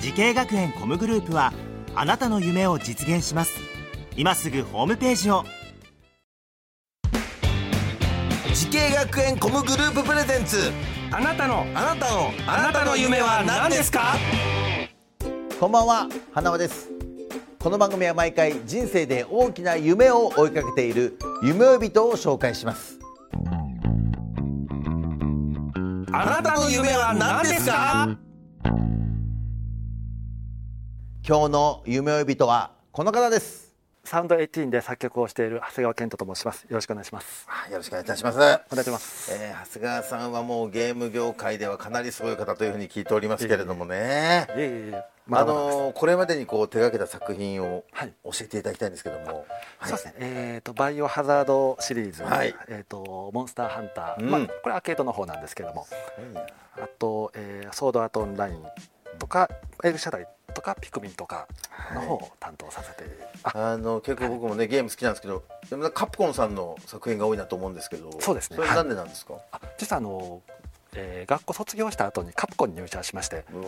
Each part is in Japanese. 時系学園コムグループはあなたの夢を実現します今すぐホームページを時系学園コムグループプレゼンツあなたのあなたのあなたの夢は何ですかこんばんは花輪ですこの番組は毎回人生で大きな夢を追いかけている夢追い人を紹介しますあなたの夢は何ですか今日の夢追い人はこの方ですサウンド18で作曲をしている長谷川健人と申します。よろしくお願いします。よろしくお願いいたします、お願いします。えー長谷川さんはもうゲーム業界ではかなりすごい方というふうに聞いておりますけれどもね、いえいえいえ、まあだまだですのーこれまでにこう手掛けた作品をはい教えていただきたいんですけども、はそいうですね。えっ、とバイオハザードシリーズ、はいえっ、とモンスターハンター、うんまあこれアーケードの方なんですけども、いなあと、えーソードアートオンラインとかエルシャダイとかピクミンとかの方を担当させて、ああの結構僕もねゲーム好きなんですけどでもカプコンさんの作品が多いなと思うんですけどそうですねそれなんでなんですか、あ実はあの、えー学校卒業した後にカプコンに入社しまして、うわ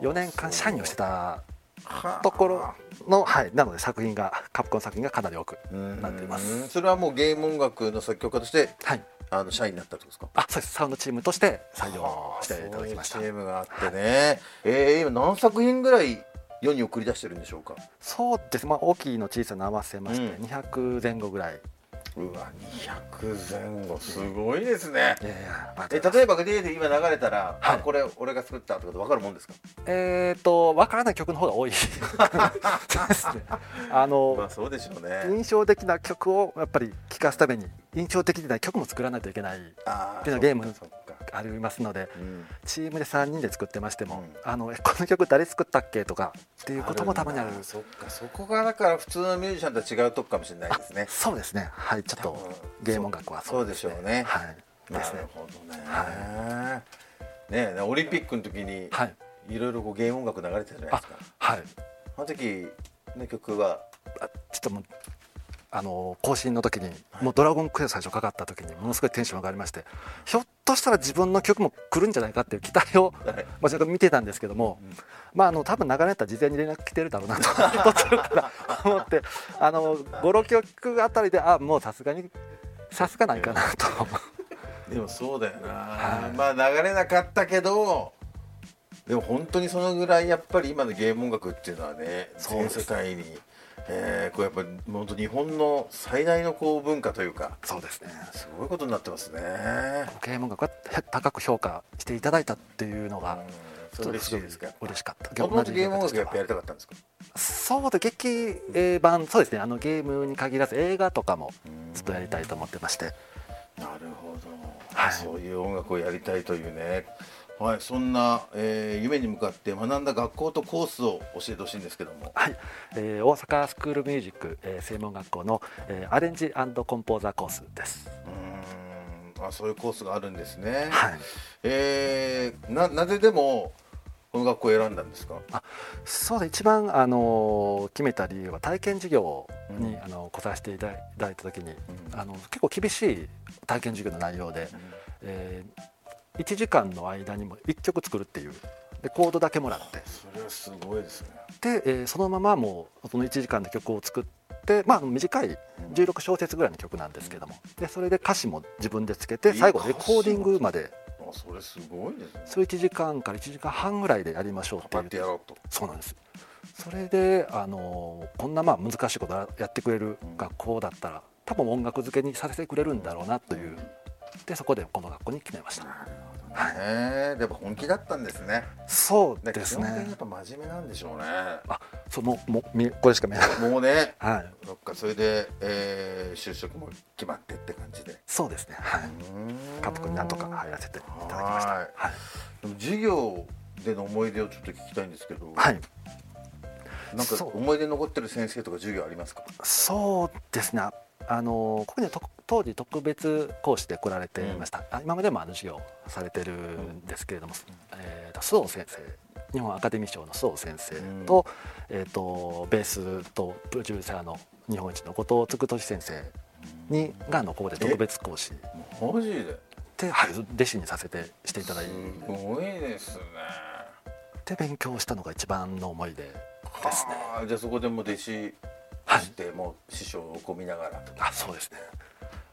ー4年間社員をしてたはあところのはいなので作品がカプコン作品がかなり多くなっていまうんす。それはもうゲーム音楽の作曲家としてはい。あの社員になったってことですかあ、そうです。サウンドチームとして採用していただきましたそうい。う CM があってね、えー、今何作品ぐらい世に送り出してるんでしょうかそうです。まあ大きいの小さな合わせましうて200前後ぐらい。うわ200前後すごいですねいやいやまあえ例えばゲーで今流れたら、はいあこれ俺が作ったってこと分かるもんですかえっとわからない曲の方が 多いですね。あまのあそうでしょうね印象的な曲をやっぱり聴かすために印象的な曲も作らないといけないあっていうのはゲームそっかそっかありますので。うんチームで3人で作ってましても、うんあのえこの曲誰作ったっけとかっていうこともたまにあるんだそっかそこがだから普通のミュージシャンとは違うとこかもしれないですねそうですねはいちょっ多分とゲーム音楽はそうでしょうねはいでなるすねほどね、ねえオリンピックの時にはいいろいろこうゲーム音楽流れてたじゃないあですかはいあの時の曲はあちょっともうあの更新の時にもう「ドラゴンクエスト」最初かかった時にものすごいテンション上がりましてひょっとしたら自分の曲も来るんじゃないかっていう期待をはまいあ若干見てたんですけども、まああの多分流れたら事前に連絡来てるだろうなと途中から思 ってあの56曲あたりであもうさすがにさすがないかなとでもそうだよな、はいまあ流れなかったけどでも本当にそのぐらいやっぱり今のゲーム音楽っていうのはねそう全です世界に、えーこうやっぱ本当日本の最大のこう文化というかそうです ねすごいことになってますね。ゲーム音楽は高く評価していただいたっていうのがそれ嬉しいですかちょっとごい嬉しかったもともとゲーム音楽やっぱや同じりたかったんですかそうで劇えー版そうですねあのゲームに限らず映画とかもずっとやりたいと思ってましてなるほど、はいそういう音楽をやりたいというねはいそんな、えー夢に向かって学んだ学校とコースを教えてほしいんですけどもはい、えー大阪スクールミュージック、えー専門学校の、えーアレンジコンポーザーコースですうーんあそういうコースがあるんですね、はいえーななぜでもこの学校を選んだんですかそうで一番、あのー決めた理由は体験授業に、うんあの来させていただいた時に、あの結構厳しい体験授業の内容で、えー1時間の間にも1曲作るっていうでコードだけもらってそれはすごいですねで、えーそのままもうその1時間で曲を作って、まあ、短い16小節ぐらいの曲なんですけどもでそれで歌詞も自分でつけて最後レコーディングまであそれすごいですねそれ1時間から1時間半ぐらいでやりましょうってパいッてうやろうとそうなんですそれで、あのーこんなまあ難しいことやってくれる学校だったら多分音楽付けにさせてくれるんだろうなというでそこでこの学校に決めましたねでも本気だったんですねそうだでから基す本的にやねっぱ真面目なんでしょうねあそうもうもうみこれしか見えないもうねはいそっかそれで、えー就職も決まってって感じでそうですねはいうんカップになんとか入らせていただきましたははいでも授業での思い出をちょっと聞きたいんですけど、はいなんかそう思い出に残ってる先生とか授業ありますかそうですねあのここにはと当時特別講師で来られてました、あ今までもあの授業されてるんですけれども、えーと須藤先生日本アカデミー賞の須藤先生と,、えー、とベースとプロデューサーの日本一の後藤嗣俊先生にがあのここで特別講師マジでで、はい、弟子にさせてしていただいすごいですねて勉強したのが一番の思い出ですねあーじゃあそこでもう弟子してもう師匠をこう見ながらあそうですね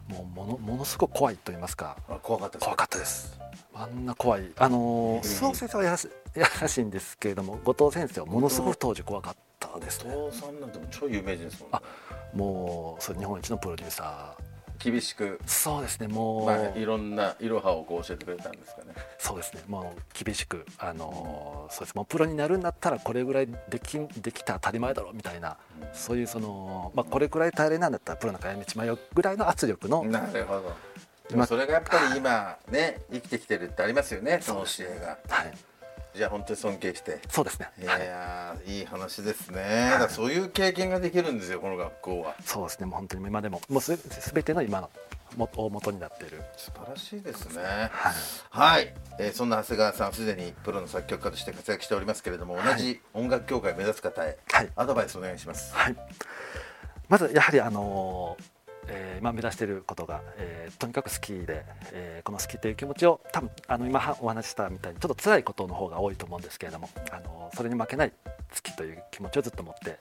もうものものすごく怖いと言いますかあ怖かったです怖かったですあんな怖いあのー須藤先生はやらしやらしいんですけれども後藤先生はものすごく当時怖かったですねお父さんなんてもう超有名人ですもんねあもうそれ日本一のプロデューサー厳しく、そうですねもう、まあ、いろんないろはをこう教えてくれたんですかねそうですねもう厳しくあのーそうですもうプロになるんだったらこれぐらいできできたら当たり前だろみたいなそういうその、まあ、これぐらい大変なんだったらプロなんかやめちまえよぐらいの圧力の なるほどでもそれがやっぱり今ね生きてきてるってありますよねその教えがはいじゃあ本当に尊敬してそうですねいはいやーいい話ですね、だからそういう経験ができるんですよこの学校はそうですねもう本当に今でももうすすべての今のも大元になっている素晴らしいですねはい、えーそんな長谷川さんすでにプロの作曲家として活躍しておりますけれども同じ音楽協会を目指す方へはいアドバイスお願いします、はい、まずやはりあのーえー今目指していることが、えーとにかく好きで、えーこの好きという気持ちを多分あの今はお話ししたみたいにちょっと辛いことの方が多いと思うんですけれども、あのーそれに負けない好きという気持ちをずっと持って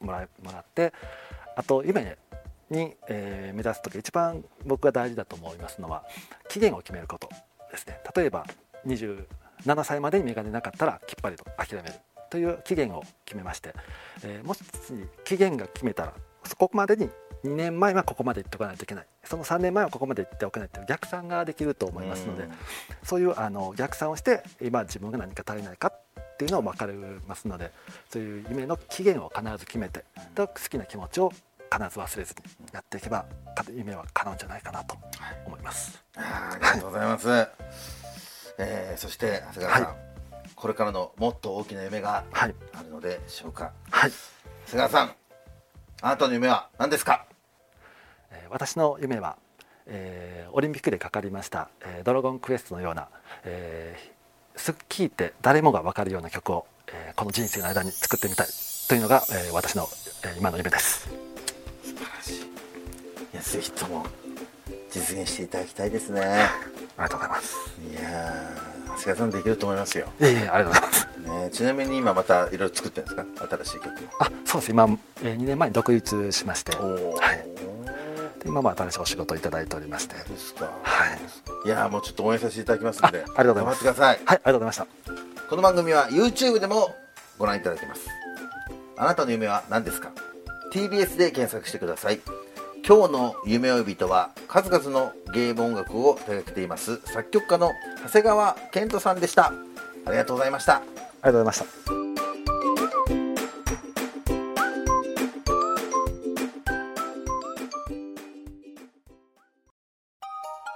もらえもらってあと夢に、えー目指す時一番僕が大事だと思いますのは期限を決めることですね例えば27歳までに眼鏡なかったらきっぱりと諦めるという期限を決めましてえーもし期限が決めたらそこまでに2年前はここまで行っておかないといけないその3年前はここまで行っておかないという逆算ができると思いますのでそういうあの逆算をして今自分が何か足りないかっていうのを分かりますのでそういう夢の期限を必ず決めてと好きな気持ちを必ず忘れずにやっていけばか夢は叶うんじゃないかなと思います。あーありがとうございます、えーそして長谷川さん、はこれからのもっと大きな夢があはい、るのでしょうかはい長谷川さんあなたの夢は何ですかえー私の夢は、えーオリンピックでかかりました「えードラゴンクエスト」のような、えー、す聴いて誰もが分かるような曲を、えーこの人生の間に作ってみたいというのが、えー私の、えー今の夢ですいやぜひとも実現していただきたいですねありがとうございますいやー長谷川さんできると思いますよ、いえいえありがとうございますね、ちなみに今またいろいろ作ってるんですか新しい曲あそうです今、え2年前に独立しまして、おはおー、い、で今も新しいお仕事をいただいておりましてはいですかはいいやーもうちょっと応援させていただきますのであありがとうございます頑張ってくださありがいとうございましたこの番組は YouTube でもご覧いただけますあなたの夢は何ですか TBS で検索してください今日の夢追い人は数々のゲーム音楽を手掛けています作曲家の長谷川健人さんでしたありがとうございましたありがとうございました